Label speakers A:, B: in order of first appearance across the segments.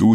A: du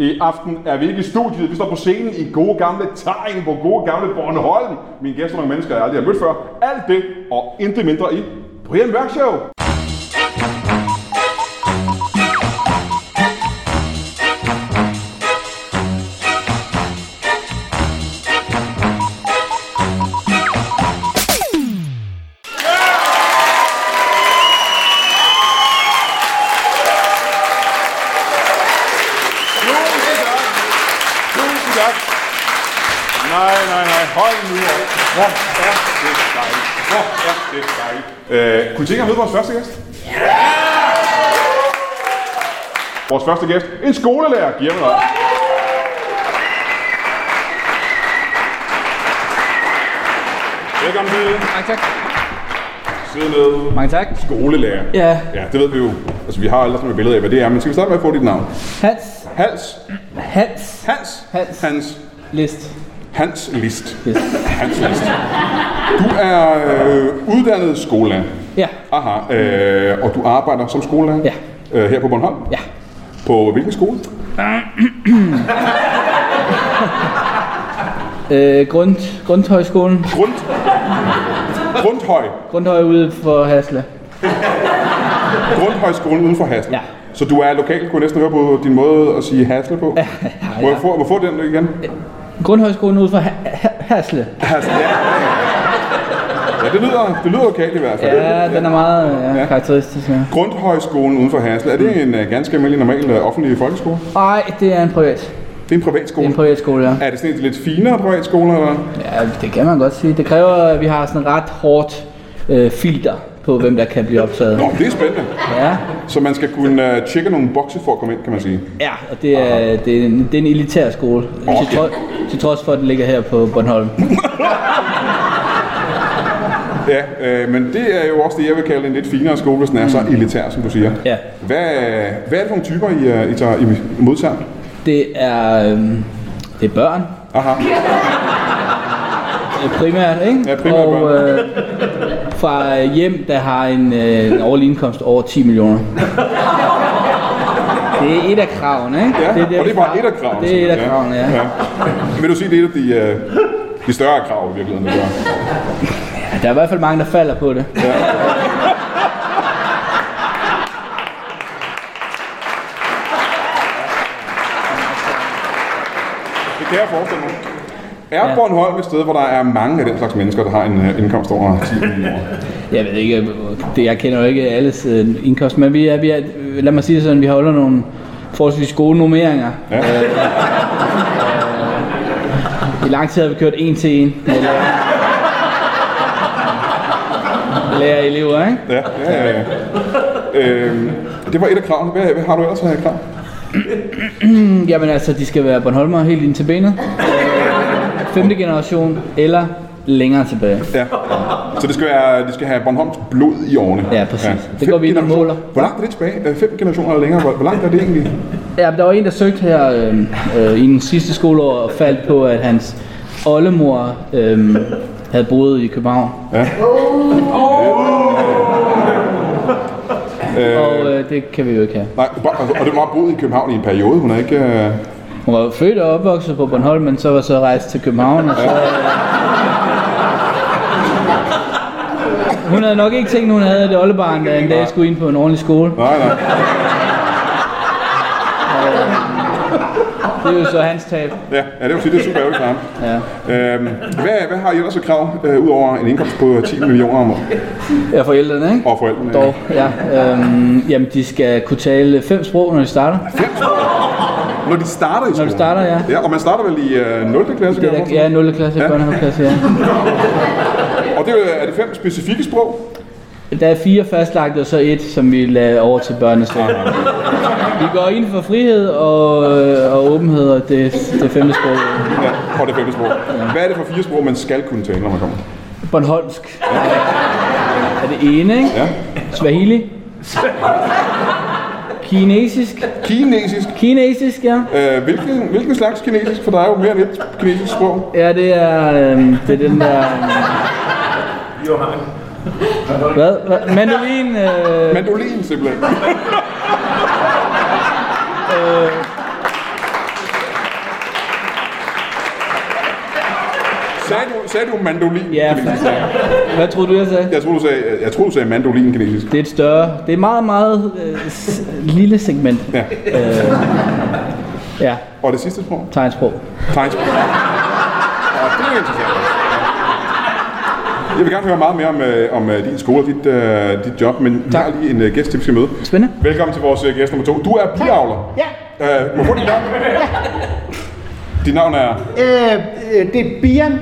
B: I aften er vi ikke i studiet, vi står på scenen i gode gamle tegn på gode gamle Bornholm. Mine gæster er nogle mennesker, jeg aldrig har mødt før. Alt det og intet mindre i Brian Mørk Show. Tusind tak. Tusind tak. Nej, nej, nej. Hold nu op. Hvor er det dejligt. Hvor er det dejligt. Øh, kunne I tænke jer at møde vores første gæst? Ja! Vores første gæst, en skolelærer, giver mig noget. Velkommen til.
C: Mange tak.
B: Sid ned.
C: Mange tak.
B: Skolelærer.
C: Ja.
B: Ja, det ved vi jo. Altså, vi har aldrig sådan et billede af, hvad det er. Men skal vi starte med at få dit navn?
C: Hans.
B: Hals.
C: Hans.
B: Hans.
C: Hans.
B: Hans.
C: List.
B: Hans List.
C: Yes.
B: Hans List. Du er øh, uddannet skolelærer.
C: Ja.
B: Aha. Øh, og du arbejder som skolelærer?
C: Ja.
B: Øh, her på Bornholm?
C: Ja.
B: På hvilken skole?
C: Øh, Grund, Grundhøjskolen.
B: Grund... Grundhøj.
C: Grundhøj ude for Hasle.
B: Grundhøjskolen uden for Hasle.
C: Ja.
B: Så du er lokal, kunne jeg næsten høre på din måde at sige Hasle på. Ja, ja. Må jeg få, må jeg få den igen?
C: Grundhøjskolen ude for ha- ha- Hasle.
B: Hasle, ja. Ja, det lyder, det lyder lokalt i hvert fald.
C: Ja, den er meget øh, ja, karakteristisk. Ja.
B: Grundhøjskolen uden for Hasle, er det en øh, ganske almindelig normal øh, offentlig folkeskole?
C: Ej, det er en privat.
B: Det er en privat
C: Det
B: skole.
C: er en privat skole, ja.
B: Er det sådan et lidt finere privatskole, eller?
C: ja. det kan man godt sige. Det kræver, at vi har sådan ret hårdt øh, filter på, hvem der kan blive optaget.
B: Nå, det er spændende.
C: Ja,
B: Så man skal kunne uh, tjekke nogle bokse for at komme ind, kan man sige.
C: ja og det er, det er, en, det er en elitær skole. Til, tro, til trods for, at den ligger her på Bornholm.
B: Ja, øh, men det er jo også det, jeg vil kalde en lidt finere skole, hvis den er så elitær, som du siger.
C: Mm. Ja.
B: Hvad, hvad er det for nogle typer, I, øh, I, tager, I modtager?
C: Det er, øhm, det er børn,
B: Aha,
C: øh, primært, ikke?
B: Ja, primært
C: og,
B: børn.
C: Øh, fra øh, hjem, der har en, øh, en årlig indkomst over 10 millioner. Det er et af kravene, ikke?
B: ja.
C: der,
B: og det er
C: vi
B: bare
C: fra-
B: et af kravene.
C: Det er et af
B: simpelthen.
C: kravene, ja. ja.
B: Vil du sige, det er et af de, øh, de større krav i virkeligheden? der gør?
C: Der er i hvert fald mange, der falder på det.
B: Det kan jeg forestille mig. Er Bornholm et sted, hvor der er mange af den slags mennesker, der har en øh, indkomst over 10 millioner?
C: Jeg ved ikke, øh, det, jeg kender jo ikke alles øh, indkomst, men vi er, vi er, øh, lad mig sige det sådan, vi har holder nogle forholdsvis gode nummeringer. Øh,
B: Ja.
C: I lang tid har vi kørt en til en med lærer. lærer elever, ikke?
B: Ja, ja, ja. ja. Øhm, det var et af kravene. Hvad, hvad har du ellers af krav?
C: Jamen altså, de skal være Bornholmer helt ind til benet. Øh, Femte generation eller længere tilbage.
B: Ja. Så det skal være, de skal have Bornholms blod i årene.
C: Ja, præcis. Det
B: Fem
C: går vi ind og
B: generationer-
C: måler.
B: Hvor langt er det tilbage? Øh, Fem generationer eller længere? Hvor, hvor langt er det egentlig?
C: Ja, der var en, der søgte her øh, øh, i den sidste skoleår og faldt på, at hans oldemor øh, havde boet i København.
B: Ja.
C: Og øh, det kan vi jo ikke have.
B: Nej, bo- altså, og det var boet i København i en periode. Hun er ikke... Øh...
C: Hun var jo født og opvokset på Bornholm, men så var så rejst til København, og så... Øh, hun havde nok ikke tænkt, hun havde et oldebarn, der en dag skulle ind på en ordentlig skole.
B: Nej, nej.
C: Det er jo så hans tab.
B: Ja, ja det vil sige, det er super ærgerligt for ham.
C: Ja.
B: Øhm, hvad, hvad har I ellers af krav, øh, udover en indkomst på 10 millioner om året?
C: Ja, forældrene, ikke?
B: Og forældrene?
C: Dog, ja. Øhm, jamen, de skal kunne tale fem sprog, når de starter.
B: Fem Når de starter i skolen?
C: starter, ja.
B: ja og man starter vel i øh, 0. klasse?
C: Det
B: kan
C: er
B: jeg
C: der, ja, 0. klasse,
B: Ja.
C: ja. børnehaveklasse, ja.
B: Og det er, jo- øh, er det fem specifikke sprog?
C: Der er fire fastlagte, og så et, som vi lader over til børnene selv. Vi går ind for frihed og, og åbenhed og det, det femte sprog.
B: Ja, og det femte sprog. Hvad er det for fire sprog, man skal kunne tale, når man kommer?
C: Bornholmsk er det ene, ikke?
B: Ja.
C: Swahili. Kinesisk.
B: Kinesisk.
C: Kinesisk, ja.
B: Øh, hvilken, hvilken slags kinesisk? For der er jo mere end et kinesisk sprog.
C: Ja, det er, øhm, det er den der... Johan. Hvad? Hvad? Mandolin. Øh,
B: Mandolin, simpelthen. Øh. Sagde du, sagde du mandolin?
C: ja,
B: kinesisk?
C: fandme. Hvad troede du, jeg sagde?
B: Jeg troede, du sagde, øh, jeg troede, du sagde mandolin kinesisk.
C: Det er et større... Det er et meget, meget øh, s- lille segment. Øh,
B: Ja.
C: Ja,
B: Og det sidste sprog?
C: tegnsprog.
B: Tegnsprog. Og det er interessant. Jeg vil gerne høre meget mere om, øh, om øh, din skole og dit, øh, dit job, men vi har lige en øh, gæst, til vi skal møde.
C: Spændende.
B: Velkommen til vores øh, gæst nummer to. Du er biavler.
D: Ja.
B: Øh, må jeg få dit navn? Dit navn er...
D: Øh, øh, det er Bian.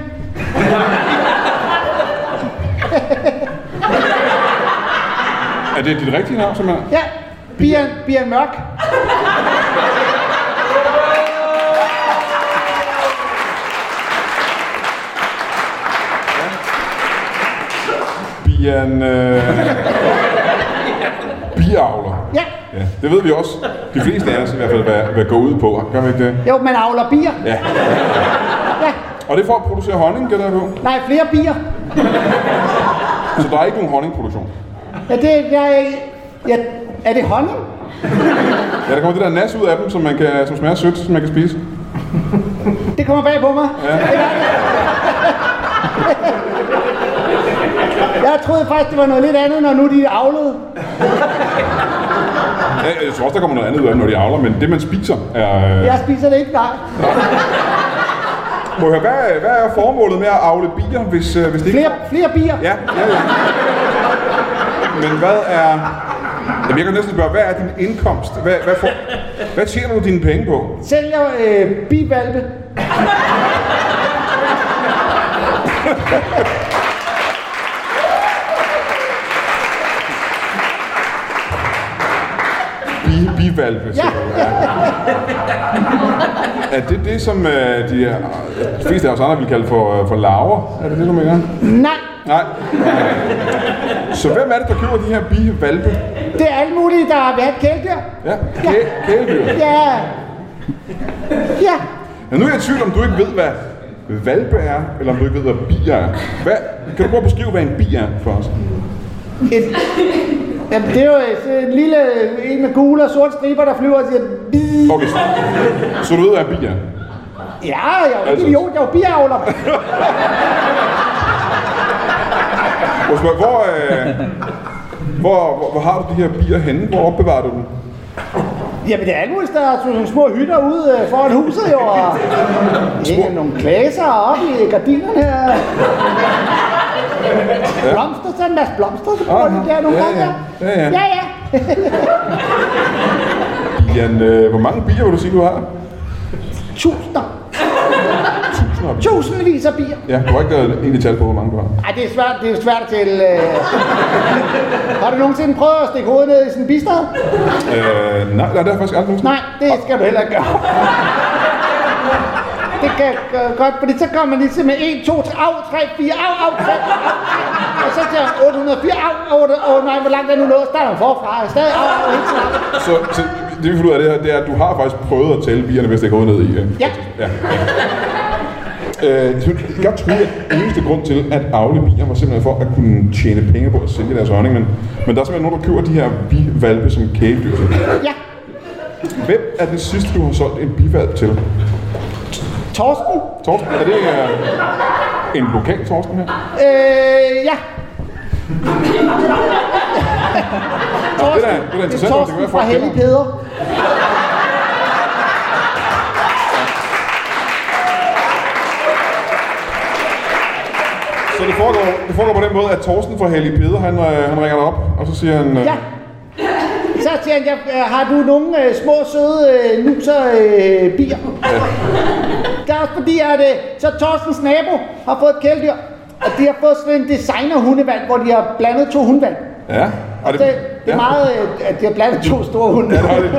B: Er det dit rigtige navn, som er?
D: Ja, Bian, Bian Mørk.
B: Bian... Øh... Biavler.
D: Ja,
B: Ja, det ved vi også. De fleste af os i hvert fald, hvad, hvad går ud på. Gør vi ikke det?
D: jo, man avler bier.
B: Ja.
D: Ja,
B: Og det er for at producere honning, gætter jeg på.
D: nej, flere bier.
B: Så der er ikke nogen honningproduktion.
D: Ja, det der er... Ja, er det honning?
B: Ja, der kommer det der nas ud af dem, som, man kan, som smager sødt, som man kan spise.
D: Det kommer bag på mig. Ja. Jeg troede faktisk, det var noget lidt andet, når nu de er avlet.
B: Ja, jeg tror også, der kommer noget andet ud af dem, når de avler, men det, man spiser, er... øh,
D: Jeg spiser det ikke, nej.
B: Må jeg høre, hvad, hvad er formålet med at avle bier, hvis, øh, hvis det ikke...
D: Flere, flere bier.
B: Ja, ja, ja. Men hvad er... Jamen, jeg kan næsten spørge, hvad er din indkomst? Hvad, hvad, får, hvad tjener du dine penge på?
D: Sælger øh, bivalpe.
B: Bi, bivalpe, ja. ja. Er det det, som øh, de, øh, de fleste af os andre vil kalde for, øh, for larver? Er det det, du mener?
D: Nej,
B: Nej. Så hvem er det, der køber de her bivalpe?
D: det er alt muligt, der har været kæledyr.
B: Ja, kæ- kæledyr.
D: Ja. Ja.
B: Ja, nu er jeg i tvivl, om du ikke ved, hvad valpe er, eller om du ikke ved, hvad bier er. Hvad, kan du prøve at beskrive, hvad en bi er for os?
D: Et, jamen, det er jo et, en lille en med gule og sorte striber, der flyver og siger... "Bii."
B: Okay, så, så du ved, hvad en bi er.
D: Ja, jeg er jo
B: Altså-
D: ikke idiot, jeg er jo biavler.
B: Hvor, hvor, hvor, øh, hvor, hvor, hvor har du de her bier henne? Hvor opbevarer du dem?
D: Jamen, det er alle mulige steder. Så nogle små hytter ude øh, foran huset, jo. Og ikke nogle klaser op i gardinerne her. Blomster, så er en masse blomster, så bruger de der nogle
B: Ah, ja,
D: gange.
B: ja, ja, ja.
D: ja. ja.
B: Jan, øh, hvor mange bier vil du sige, du har?
D: Tusinder.
B: Tusinder af bier.
D: Tusindvis af bier.
B: Ja, du har ikke lavet egentlig tal på, hvor mange du har.
D: Ej, det er svært, det er svært til... Øh... Har du nogensinde prøvet at stikke hovedet ned i sådan en bistad?
B: Øh, nej, nej, det har jeg faktisk aldrig nogensinde.
D: Nej, det skal du heller ikke gøre. Det kan jeg gøre godt, fordi så kommer man lige til med 1, 2, 3, au, 3, 4, au, au, 3, au, og så til 804, au, 8, åh nej, hvor langt er nu nået? Starter man forfra, stadig au, au, helt klart.
B: Så, så det vi finder ud af det her, det er, at du har faktisk prøvet at tælle bierne, hvis det går ned i. Øh.
D: Ja.
B: ja. Øh, jeg godt troede, at eneste grund til at afle bier var simpelthen for at kunne tjene penge på at sælge deres honning, men, men der er simpelthen nogen, der køber de her bivalpe som kæledyr.
D: Ja,
B: Hvem er den sidste, du har solgt en bivalp til?
D: Torsten,
B: Torsten, er det øh, en lokal Torsten her?
D: øh, ja.
B: Det er da, det er da
D: Det
B: interessant,
D: er
B: om det kan
D: Torsten
B: være,
D: fra
B: folk
D: Hellig
B: kender.
D: Peder.
B: Så det foregår, det foregår på den måde, at Torsten fra Hellig Peder, han, øh, han ringer dig op, og så siger han... Øh,
D: Ja. Så siger han, ja, øh, har du nogle øh, små søde øh, nuser øh, bier? Det er også fordi, at øh, så Torstens nabo har fået et kæledyr, og de har fået sådan en designer-hundevand, hvor de har blandet to hundevand.
B: ja. Og
D: Det, det er meget, øh, at de har blandet to store hunde.
B: Ja, det er det.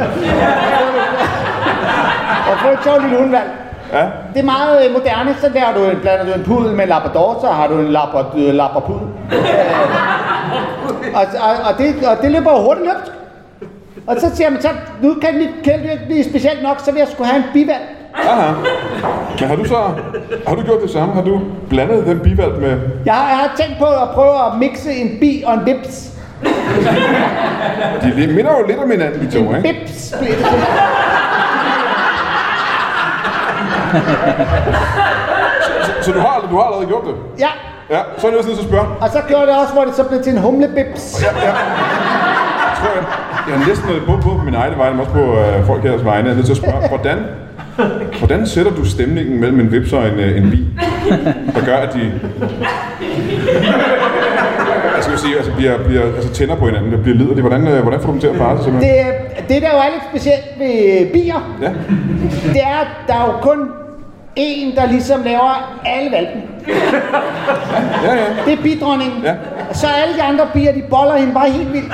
D: Og få et sjovt lille hundvalg. Ja. Det er meget øh, moderne. Så laver du en, blander du en pudel med en labrador, så har du en labra- øh, labrapudel. Øh, og, og, og, det, og det løber jo hurtigt løbt. Og så siger man, så nu kan mit kæledyr ikke blive specielt nok, så vil jeg skulle have en bivalg.
B: Aha. Men har du så har du gjort det samme? Har du blandet den bivalg med...
D: Jeg har, jeg har tænkt på at prøve at mixe en bi og en bips.
B: De li- minder jo lidt om hinanden, de to,
D: En
B: ikke?
D: bips blev det.
B: Så du har, du har allerede gjort det?
D: Ja,
B: Ja, så er jeg nødt til at spørge.
D: og så gjorde jeg det også, hvor det så blev til en humlebips.
B: Tror jeg, jeg har næsten noget både på min egen vegne, men også på øh, folk heres vegne. Jeg er nødt til at spørge, hvordan, hvordan sætter du stemningen mellem en vips og en, øh, en bi, der gør, at de... Jeg skal jo sige, altså, bliver, bliver, altså tænder på hinanden, der bliver liderlige. Hvordan, øh, hvordan får du dem til at parre sig simpelthen?
D: Det, øh, det, der jo er lidt specielt ved bier,
B: Ja.
D: det er, at der er jo kun en, der ligesom laver alle valpen.
B: ja, ja,
D: Det er bidronningen.
B: Ja.
D: Så alle de andre bier, de boller hende bare helt vildt.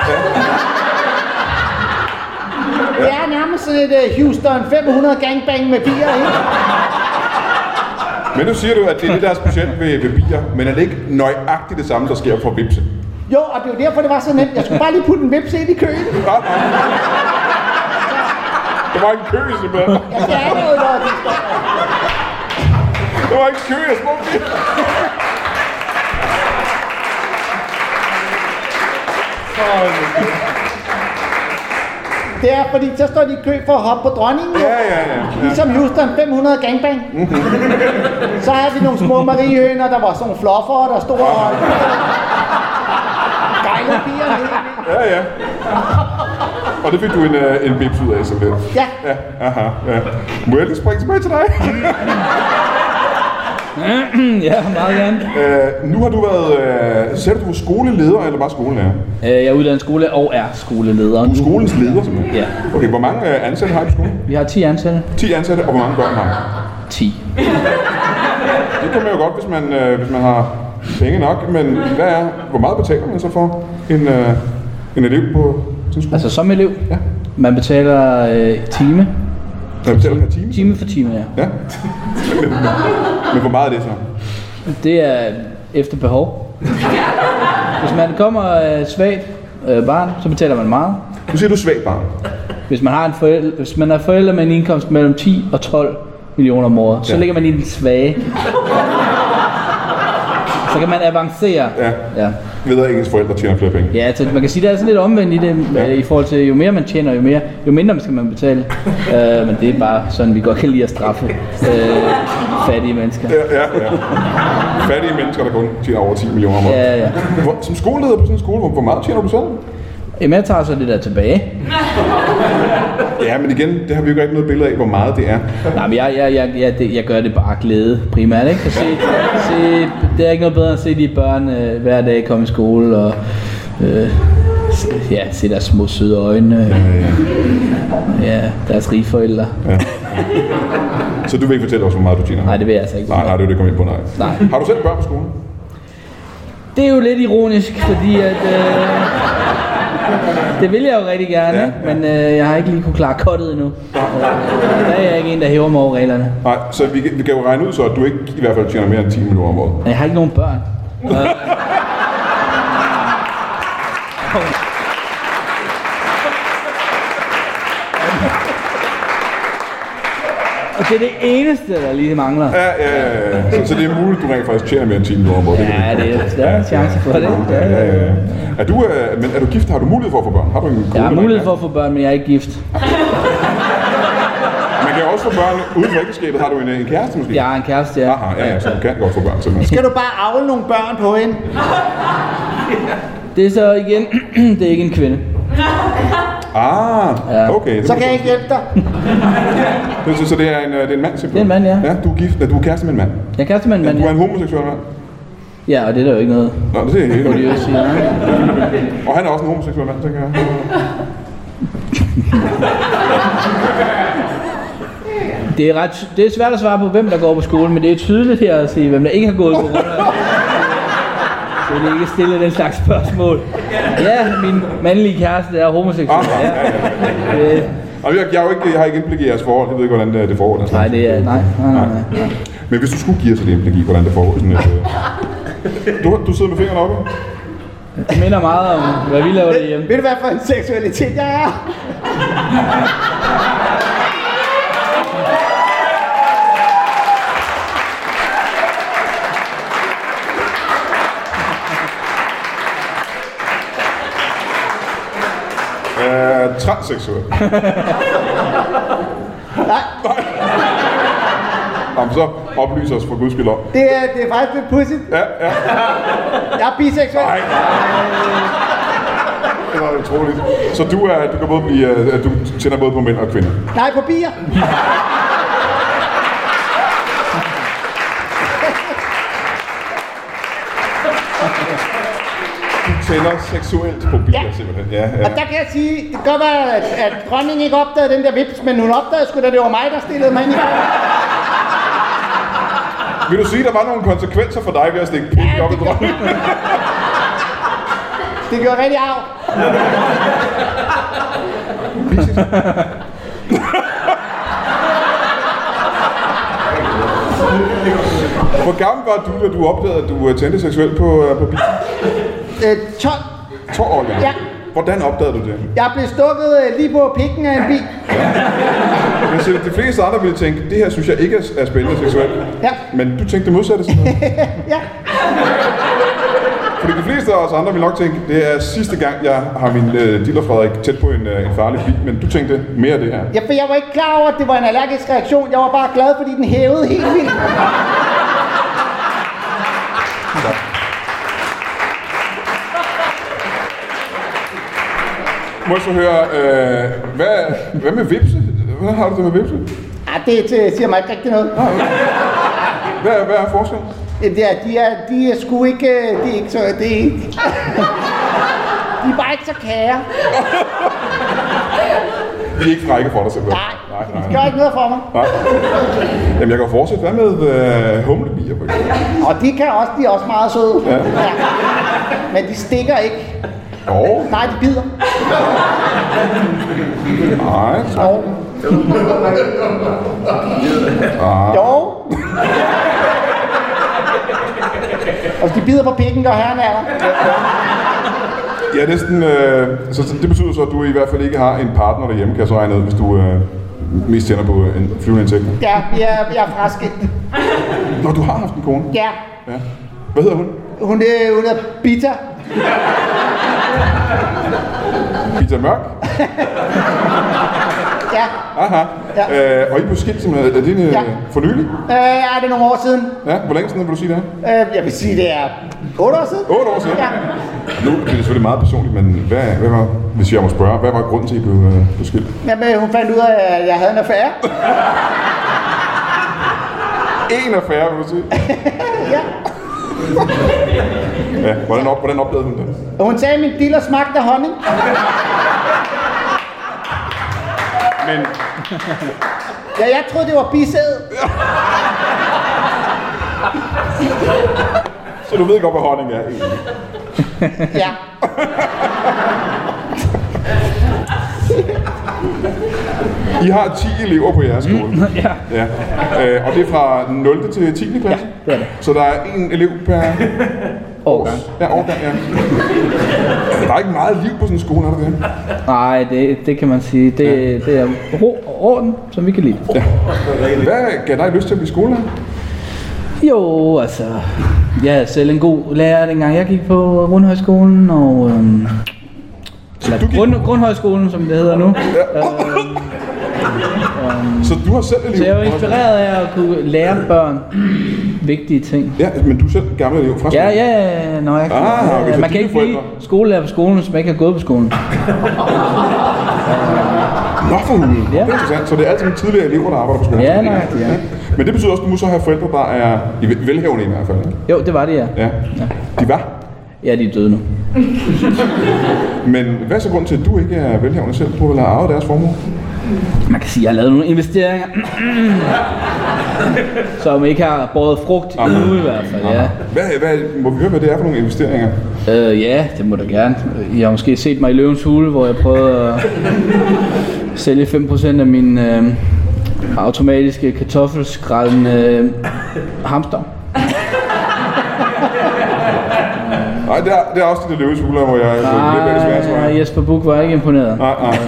D: Det er nærmest sådan et øh, Houston 500 gangbang med bier, ikke?
B: Men nu siger du, at det er det, der er specielt ved, ved bier, men er det ikke nøjagtigt det samme, der sker for vipse?
D: Jo, og det er jo derfor, det var så nemt. Jeg skulle bare lige putte en vips ind i køen.
B: Nej, nej. Der var ikke en kø, simpelthen.
D: Ja, det er noget, der er
B: Der var ikke en kø, jeg små bier.
D: Det er, fordi så står de i kø for at hoppe på dronningen, jo.
B: Ja, ja, ja. ja. Mhm.
D: Ligesom Houston 500 gangbang. så havde vi nogle små mariehøner, der var sådan nogle fluffer, der stod og... Gejlede bier helt vildt.
B: Ja, ja. Og det fik du en, øh, en bips ud af, simpelthen.
D: Ja,
B: Ja, aha, ja. Må jeg lige springe tilbage til dig?
C: Mm, ja, meget gerne.
B: øh, nu har du været... Øh, sagde du, du var skoleleder, eller bare skolelærer?
C: Øh, Jeg er uddannet skole og er skoleleder.
B: Du er skolens leder, simpelthen?
C: Ja.
B: Okay, hvor mange øh, ansatte har du i skolen?
C: Vi har 10 ansatte.
B: 10 ansatte, og hvor mange børn har du?
C: 10.
B: Det kan man jo godt, hvis man, øh, hvis man har penge nok, men hvad er, hvor meget betaler man så for en, øh, en elev på sådan en skole?
C: Altså som elev,
B: Ja.
C: man betaler øh, time.
B: Man betaler per time?
C: Time for time, ja.
B: Ja. men hvor meget er det så?
C: Det er efter behov. Hvis man kommer øh, svagt øh, barn, så betaler man meget.
B: Nu siger du svag barn.
C: Hvis man har en forældre, hvis man er forældre med en indkomst mellem 10 og 12 millioner om året, så
B: Ja.
C: ligger man i den svage. så kan man avancere.
B: Ja.
C: ja.
B: Ved at ens forældre tjener flere penge.
C: Ja, så man kan sige, det er sådan lidt omvendt i det,
B: Ja.
C: ja. i forhold til, jo mere man tjener, jo, mere, jo mindre skal man betale. øh, men det er bare sådan, vi godt kan lide at straffe øh, fattige mennesker.
B: Ja, ja, ja. Fattige mennesker, der kun tjener over 10 millioner om året.
C: Ja, ja.
B: Hvor, som skoleleder på sådan en skole, hvor, hvor meget tjener du selv?
C: Jamen, jeg tager så det der tilbage.
B: Ja, men igen, det har vi jo ikke rigtig noget billede af, hvor meget det er.
C: Nej, men jeg, jeg, jeg, jeg, det, jeg gør det bare af glæde primært, ikke? At se, se, det er ikke noget bedre end at se de børn øh, hver dag komme i skole og... Øh, se- ja, se deres små søde øjne. Ja, deres rige forældre.
B: Så du vil ikke fortælle os, hvor meget du tjener?
C: Nej, det vil jeg altså ikke.
B: Nej, nej, det er jo det, jeg kom ind på, nej.
C: Nej.
B: Har du selv børn på skolen?
C: Det er jo lidt ironisk, fordi at... Øh, det vil jeg jo rigtig gerne,
B: Ja,
C: ja, ja. men øh, jeg har ikke lige kunne klare kottet endnu. Øh, der er jeg ikke en, der hæver mig over reglerne.
B: Nej, så vi, kan- vi kan jo regne ud så, at du ikke i hvert fald tjener mere end 10 millioner om året.
C: Men jeg har ikke nogen børn. Øh. Og det er det eneste, der lige mangler.
B: Ja, ja, ja, ja. Så, så det er muligt, at du rent faktisk tjener mere end 10 millioner om året. kan vi-
C: Ja, det er der er en chance for det.
B: Ja,
C: Ja,
B: ja, ja. Er du, øh, men er du gift? Har du mulighed for at få børn? Har du en kone?
C: Jeg har
B: eller en
C: mulighed for
B: kæreste?
C: at få børn, men jeg er ikke gift.
B: Man kan jo også få børn uden for ægteskabet. Har du en, øh, en kæreste måske?
C: Jeg har en kæreste, ja.
B: Aha, ja, ja, så du kan godt få børn simpelthen.
D: skal du bare avle nogle børn på hende.
C: Det er så igen, det er ikke en kvinde.
B: Ah,
C: Ja.
B: okay. Det
D: Så
B: må
D: kan
B: du-
D: jeg ikke hjælpe dig.
B: Så, så det er en, øh, det er en mand simpelthen?
C: Det er en mand, ja.
B: Ja, du er gift. Ja, du er kæreste med en mand.
C: Jeg er kæreste med en mand.
B: Du er
C: ja.
B: en homoseksuel mand.
C: Ja, og det er der jo ikke noget.
B: Nå, det er helt
C: Det er jo sige, nej.
B: Og han er også en homoseksuel mand, tænker jeg.
C: Det er, ret, det er svært at svare på, hvem der går på skole, men det er tydeligt her at sige, hvem der ikke har gået på grund af Så vil ikke stille den slags spørgsmål. Ja, min mandlige kæreste er homoseksuel.
B: Ah, ja,
C: Ja.
B: ja, ja.
C: Øh,
B: Jamen, jeg, jeg, har jo ikke, jeg har ikke indblik i jeres forhold. Jeg ved ikke, hvordan øh, det foregår. den slags.
C: Nej, det er... Nej, nej, nej. nej.
B: Men hvis du skulle give os et indblik i, hvordan det foregår. Sådan, øh, du, du sidder med fingrene oppe.
C: Det minder meget om, hvad vi laver derhjemme.
D: Ved du hvad for en seksualitet jeg er?
B: Øh, transseksuel.
D: Nej,
B: Jamen, så oplys os for guds skyld om.
D: det er, det er faktisk lidt pudsigt.
B: Ja, ja.
D: Jeg er biseksuel.
B: Nej. Det var utroligt. Så du, er, du kan både blive, øh, du tænder både på mænd og kvinder.
D: Nej, på bier.
B: Du tænder seksuelt på bier,
D: Ja.
B: simpelthen. Ja, ja.
D: Og der kan jeg sige, det kan godt være, at, at dronningen ikke opdagede den der vips, men hun opdagede sgu da, det var mig, der stillede mig ind i det.
B: Vil du sige, der var nogle konsekvenser for dig ved at stikke pikken op i dronningen?
D: Det gjorde rigtig arv.
B: Hvor gammel var du, da du opdagede, at du øh, tændte seksuelt på, øh, på bier?
D: Øh, 12.
B: 12 år gammel.
D: Ja.
B: Hvordan opdagede du det?
D: Jeg blev stukket øh, lige på pikken af en bi.
B: Men selv de fleste andre ville tænke, det her synes jeg ikke er- er spændende seksuelt.
D: Ja.
B: Men du tænkte det modsatte sådan noget.
D: Ja.
B: Fordi de fleste af os andre ville nok tænke, det er sidste gang, jeg har min øh, dealer Frederik tæt på en, øh, en farlig bil, men du tænkte mere af det her.
D: ja, for jeg var ikke klar over, at det var en allergisk reaktion. Jeg var bare glad, fordi den hævede helt vildt.
B: Må jeg så høre, øh, hvad, hvad med vipse? Hvordan har du det med vipse?
D: Ah, det øh, siger mig ikke rigtig noget.
B: Hvad, hvad er forskellen?
D: Det der, de er, de er sgu ikke, øh, de er ikke så, det er ikke. De er bare ikke så kære.
B: De er ikke frække for dig simpelthen.
D: Nej,
B: nej,
D: det
B: nej.
D: gør ikke noget for mig.
B: nej. Jamen, jeg kan jo fortsætte. Hvad med øh, humlebier, for eksempel?
D: Og de kan også, de er også meget søde. Ja. ja. Men de stikker ikke.
B: Jo,
D: Nej, de bider.
B: nej,
D: Jo. Jo. Og Altså, de bider på pikken, når herren er der.
B: Ja, næsten, øh, så det betyder så, at du i hvert fald ikke har en partner derhjemme, kan jeg så regne ud, hvis du øh, mest tænder på en flyvende insekter.
D: Ja, jeg, er- jeg er fraskilt.
B: Nå, du har haft en kone.
D: Ja.
B: Ja. Hvad hedder hun?
D: Hun, øh, hun er bitter.
B: Peter Mørk.
D: Ja.
B: Aha.
D: Ja.
B: Øh, og I blev skilt simpelthen. Er det en,
D: Ja.
B: øh, for nylig?
D: Øh, er det nogle år siden?
B: Ja, hvor længe siden vil du sige det er?
D: Øh, jeg vil sige, det er 8 år siden.
B: 8 år siden.
D: Ja.
B: Nu er det selvfølgelig meget personligt, men hvad, hvad var, hvis jeg må spørge, hvad var grunden til, at I blev, øh, blev skilt?
D: Jamen, hun fandt ud af, at jeg havde en affære.
B: En affære, vil du sige?
D: Ja.
B: Ja, hvordan, op, hvordan opdagede hun det?
D: Og hun sagde, at min diller smagte af honning.
B: Men,
D: Ja, jeg troede, det var bisæde.
B: så du ved godt, hvad honning er egentlig.
D: Ja.
B: I har 10 elever på jeres skole.
C: Ja.
B: Ja. Øh, og det er fra 0. til 10. klasse?
C: Ja, det er det.
B: Så der er en elev per
C: Årgang.
B: ja, årgang, ja. Altså, Der er ikke meget liv på sådan en skole, er der det?
C: Nej, det, det kan man sige. Det, det er ro og orden, som vi kan lide.
B: Hvad gav dig lyst til at blive skolelærer?
C: Jo, altså... Jeg er selv en god lærer, dengang jeg gik på Rundhøjskolen, og... Øhm, eller
B: gik-
C: grund, Grundhøjskolen, som det hedder nu.
B: Så du har selv elev?
C: Så jeg er jo inspireret af at kunne lære børn vigtige ting.
B: Ja, men du er selv gammel elev fra
C: Ja,
B: skolen.
C: ja, ja, nå, jeg
B: Ah, okay, så
C: man kan
B: dine
C: ikke blive
B: forældre.
C: skolelærer på skolen, hvis man ikke har gået på skolen.
B: Nå for hulen. Det
C: Ja.
B: er interessant. Så det er altid tidligere elever, der arbejder på skolen?
C: Ja, nej, ja.
B: Men det betyder også, at du må så have forældre, der er i vel- velhavende i hvert fald. ikke?
C: Jo, det var det, ja.
B: Ja. De var.
C: Ja, de er døde nu.
B: Men hvad er så grunden til, at du ikke er velhavende selv? Du vil have arvet deres formue?
C: Man kan sige, at jeg har lavet nogle investeringer, som ikke har båret frugt
B: Ah.
C: endnu i hvert fald, ja.
B: Hvad, hvad, må vi høre, hvad det er for nogle investeringer?
C: Øh, ja, det må du gerne. I har måske set mig i Løvens Hule, hvor jeg prøvede at sælge 5% af min øh, automatiske kartoffelskrællen øh, hamster.
A: Nej, det er, det er afsnit af Løvens Hule, hvor jeg er gået lidt af det svære, tror jeg. Ah,
C: Ah, Jesper Buch var ikke imponeret. Øh,
A: Nej, nej.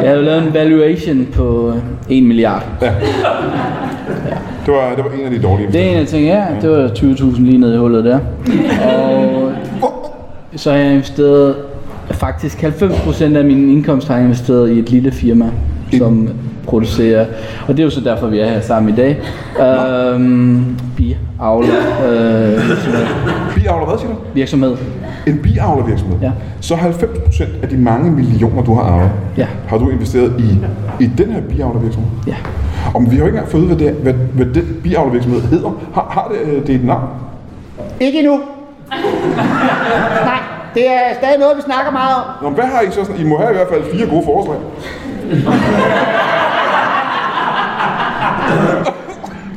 C: Jeg havde jo lavet en valuation på 1 milliard.
A: Det var, det var en af de dårlige.
C: Det er en af ting, ja. Det var 20.000 lige nede i hullet der. Og så har jeg investeret faktisk 90% af min indkomst har jeg investeret i et lille firma, som producerer, og det er jo så derfor, vi er her sammen i dag. Øhm, biavler øh, virksomhed.
A: Biavler, hvad siger du?
C: virksomhed.
A: En biavlervirksomhed.
C: Ja.
A: Så 90% af de mange millioner, du har arvet,
C: Ja.
A: har du investeret i, i den her biavlervirksomhed.
C: Ja.
A: Og vi har jo ikke engang fået ud, hvad, det, er- hvad, hvad den biavlervirksomhed hedder. Har, har det, øh, det er et navn?
D: Ikke endnu. Nej, det er stadig noget, vi snakker meget om.
A: Nå, men hvad har I så sådan? I må have i hvert fald fire gode forslag.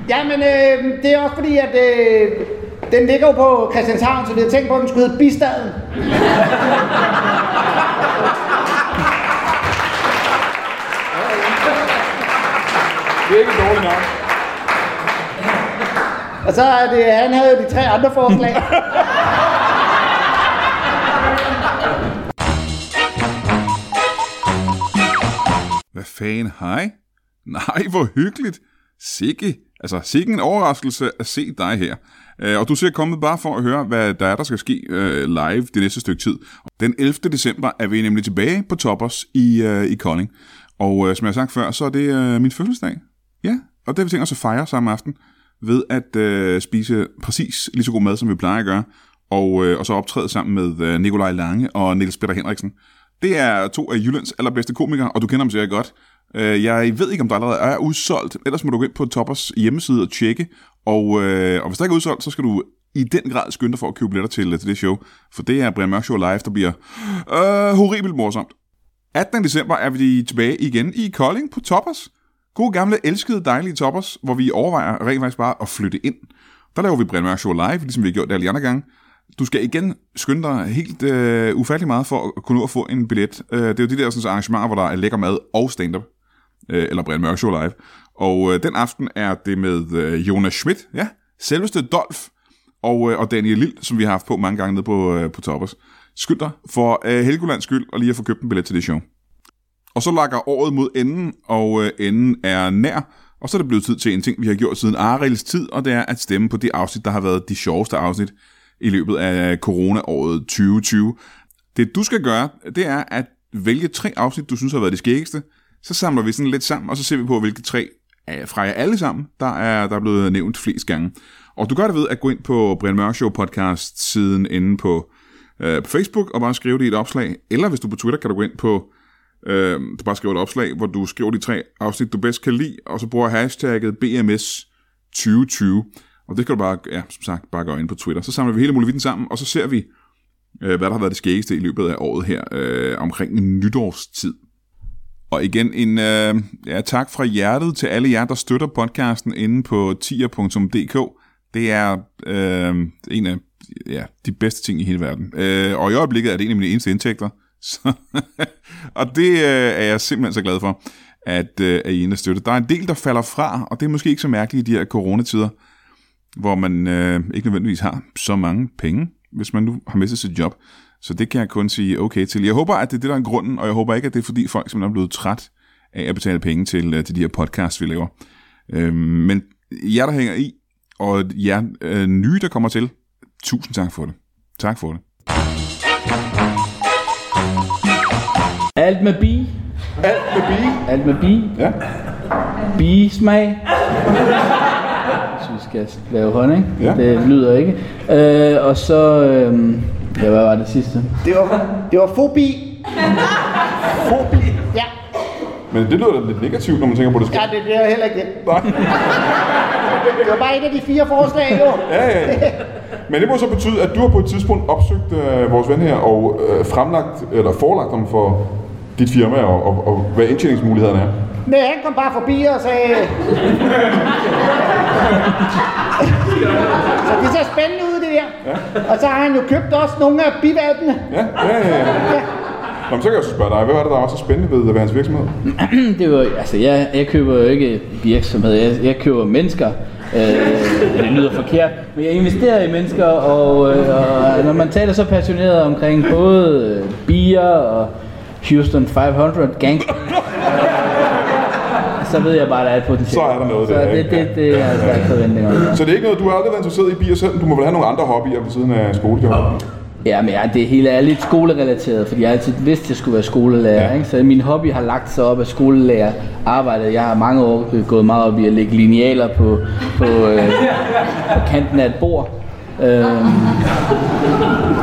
D: Jamen, øh, det er også fordi, at øh, den ligger jo på Christianshavn, så vi havde tænkt på, at den skulle hedde Bistaden.
A: Det er ikke et dårligt navn.
D: Og så er det, han havde jo de tre andre forslag.
B: Hvad fanden, hej? Nej, hvor hyggeligt. Sikke, altså sikke en overraskelse at se dig her. Øh, Og du ser kommet bare for at høre, hvad der er, der skal ske øh, live det næste stykke tid. Den 11. december er vi nemlig tilbage på Toppers i, øh, i Kolding. Og øh, som jeg har sagt før, så er det øh, min fødselsdag. Ja, og det har vi tænkt os at fejre samme aften ved at øh, spise præcis lige så god mad, som vi plejer at gøre. Og, øh, og så optræde sammen med øh, Nikolaj Lange og Niels Peter Henriksen. Det er to af Jyllands allerbedste komikere, og du kender dem sikkert godt. Øh, Jeg ved ikke, om der allerede er udsolgt. Ellers må du gå ind på Toppers hjemmeside og tjekke. Og, øh, og hvis der ikke er udsolgt, så skal du i den grad skynde dig for at købe billetter til, til det show. For det er Brian Mørk Show Live, der bliver øh, horribelt morsomt. 18. december er vi tilbage igen i Kolding på Toppers. God gamle, elskede, dejlige Toppers, hvor vi overvejer rent faktisk bare at flytte ind. Der laver vi Brian Mørk Show live, ligesom vi har gjort det alle de andre gange. Du skal igen skynde dig helt øh, ufattelig meget for at kunne nå at få en billet. Øh, det er jo de der sådan, arrangementer, hvor der er lækker mad og stand-up. Øh, eller Brian Mørk Show live. Og øh, den aften er det med øh, Jonas Schmidt, ja, selveste Dolf, og, øh, og Daniel Lille, som vi har haft på mange gange nede på, øh, på Toppers. Skynd dig for øh, Helgolands skyld, og lige at få købt en billet til det show. Og så lakker året mod enden, og øh, enden er nær. Og så er det blevet tid til en ting, vi har gjort siden Arils tid, og det er at stemme på det afsnit, der har været de sjoveste afsnit i løbet af coronaåret 2020. Det du skal gøre, det er at vælge tre afsnit, du synes har været de skæggeste. Så samler vi sådan lidt sammen, og så ser vi på, hvilke tre af- fra jer alle sammen, der er, der er blevet nævnt flest gange. Og du gør det ved at gå ind på Brian Mørk Show podcast siden inde på, øh, på Facebook og bare skrive det i et opslag. Eller hvis du er på Twitter, kan du gå ind på Øh, du bare skriver et opslag, hvor du skriver de tre afsnit, du bedst kan lide, og så bruger hashtagget BMS2020. Og det kan du bare, ja, som sagt, bare gøre ind på Twitter. Så samler vi hele muligheden sammen, og så ser vi, øh, hvad der har været det skæggeste i løbet af året her, øh, omkring nytårstid. Og igen en øh, ja, tak fra hjertet til alle jer, der støtter podcasten inde på tier.dk. Det er øh, en af ja, de bedste ting i hele verden. Øh, og i øjeblikket er det en af mine eneste indtægter. Så og det øh, er jeg simpelthen så glad for, at, øh, at I er inde og støtte. Der er en del, der falder fra, og det er måske ikke så mærkeligt i de her coronatider, hvor man øh, ikke nødvendigvis har så mange penge, hvis man nu har mistet sit job. Så det kan jeg kun sige okay til. Jeg håber, at det er det, der er grunden, og jeg håber ikke, at det er fordi folk simpelthen er blevet træt af at betale penge til, øh, til de her podcasts, vi laver. Øh, men jer, der hænger i, og jer øh, nye, der kommer til, tusind tak for det. Tak for det.
C: Alt med bi.
A: Alt med bi.
C: Alt med bi.
A: Ja.
C: Bismag. Så vi skal lave hånd, ikke?
A: Ja.
C: Det lyder ikke. Øh, og så... Øh, ja, hvad var det sidste?
D: Det var, det var fobi.
A: Fobi.
D: Ja,
A: Men det lyder da lidt negativt, når man tænker på det.
D: ja
A: Skal.
D: det, det er heller ikke det.
A: Nej.
D: Det var bare et af de fire forslag, jo.
A: Ja, ja, ja. Men det må så betyde, at du har på et tidspunkt opsøgt øh, vores ven her og øh, fremlagt, eller forelagt ham for dit firma og, og, og hvad indtjeningsmulighederne er.
D: Men han kom bare forbi og sagde... så det ser spændende ud, det der. Og så har han jo købt også nogle af biværtene.
A: Ja, ja, ja. ja.
B: Nå, men så kan jeg så spørge dig, hvad var det, der var så spændende ved at være hans virksomhed?
C: Det var, altså, jeg, jeg køber jo ikke virksomheder, jeg, jeg køber mennesker. Øh, det lyder forkert, men jeg investerer i mennesker, og, øh, og når man taler så passioneret omkring både øh, bier og Houston 500 gang, så ved jeg bare, at der er et potentiale.
B: Så er der noget
C: så
B: der,
C: det,
B: ikke?
C: det, det, det er altså stærkt forventninger. om.
B: Så det er ikke noget, du har aldrig været interesseret i bier selv? Du må vel have nogle andre hobbyer ved siden af skolejob?
C: Ja, men jeg, det hele er lidt skolerelateret, fordi jeg har altid vidst, at jeg skulle være skolelærer.
B: Ja.
C: Ja. Ikke? Så min hobby har lagt sig op af skolelærer arbejdet. Jeg har mange år øh, gået meget op i at lægge linealer på, på, øh, på kanten af et bord. Øhm,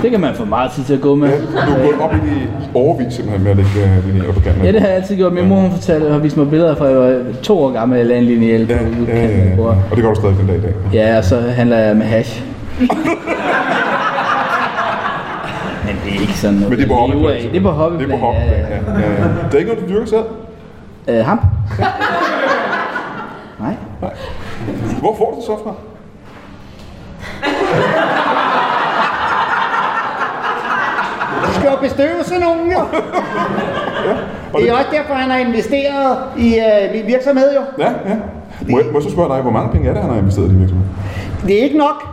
C: det kan man få meget tid til at gå med.
B: Ja, du er gået op i det i overvis simpelthen med at lægge øh, linjer på kanten.
C: Ja, det har jeg altid gjort. Min mor hun fortalte, har vist mig billeder fra, at jeg var to år gammel, jeg lagde en lineal på
B: Ja,
C: kanten
B: ja,
C: af
B: ja.
C: et bord.
B: Og det gør du stadig den dag i dag.
C: Ja, og så handler jeg med hash. Men det er ikke sådan noget.
B: Men det er på
C: jeg lever
B: hobbyplan.
C: af. Det er på hobbyplan.
B: Det er på hoppeplan, ja. ja, ja. Det er ikke noget, du dyrker selv?
C: Øh, ham? Nej.
B: Hvor får du det så fra?
D: Du skal jo bestøve sådan nogen, jo. Det er også derfor, han har investeret i øh, min virksomhed, jo.
B: Ja, ja. Må jeg, må jeg så spørge dig, hvor mange penge er det, han har investeret i din virksomhed?
D: Det er ikke nok.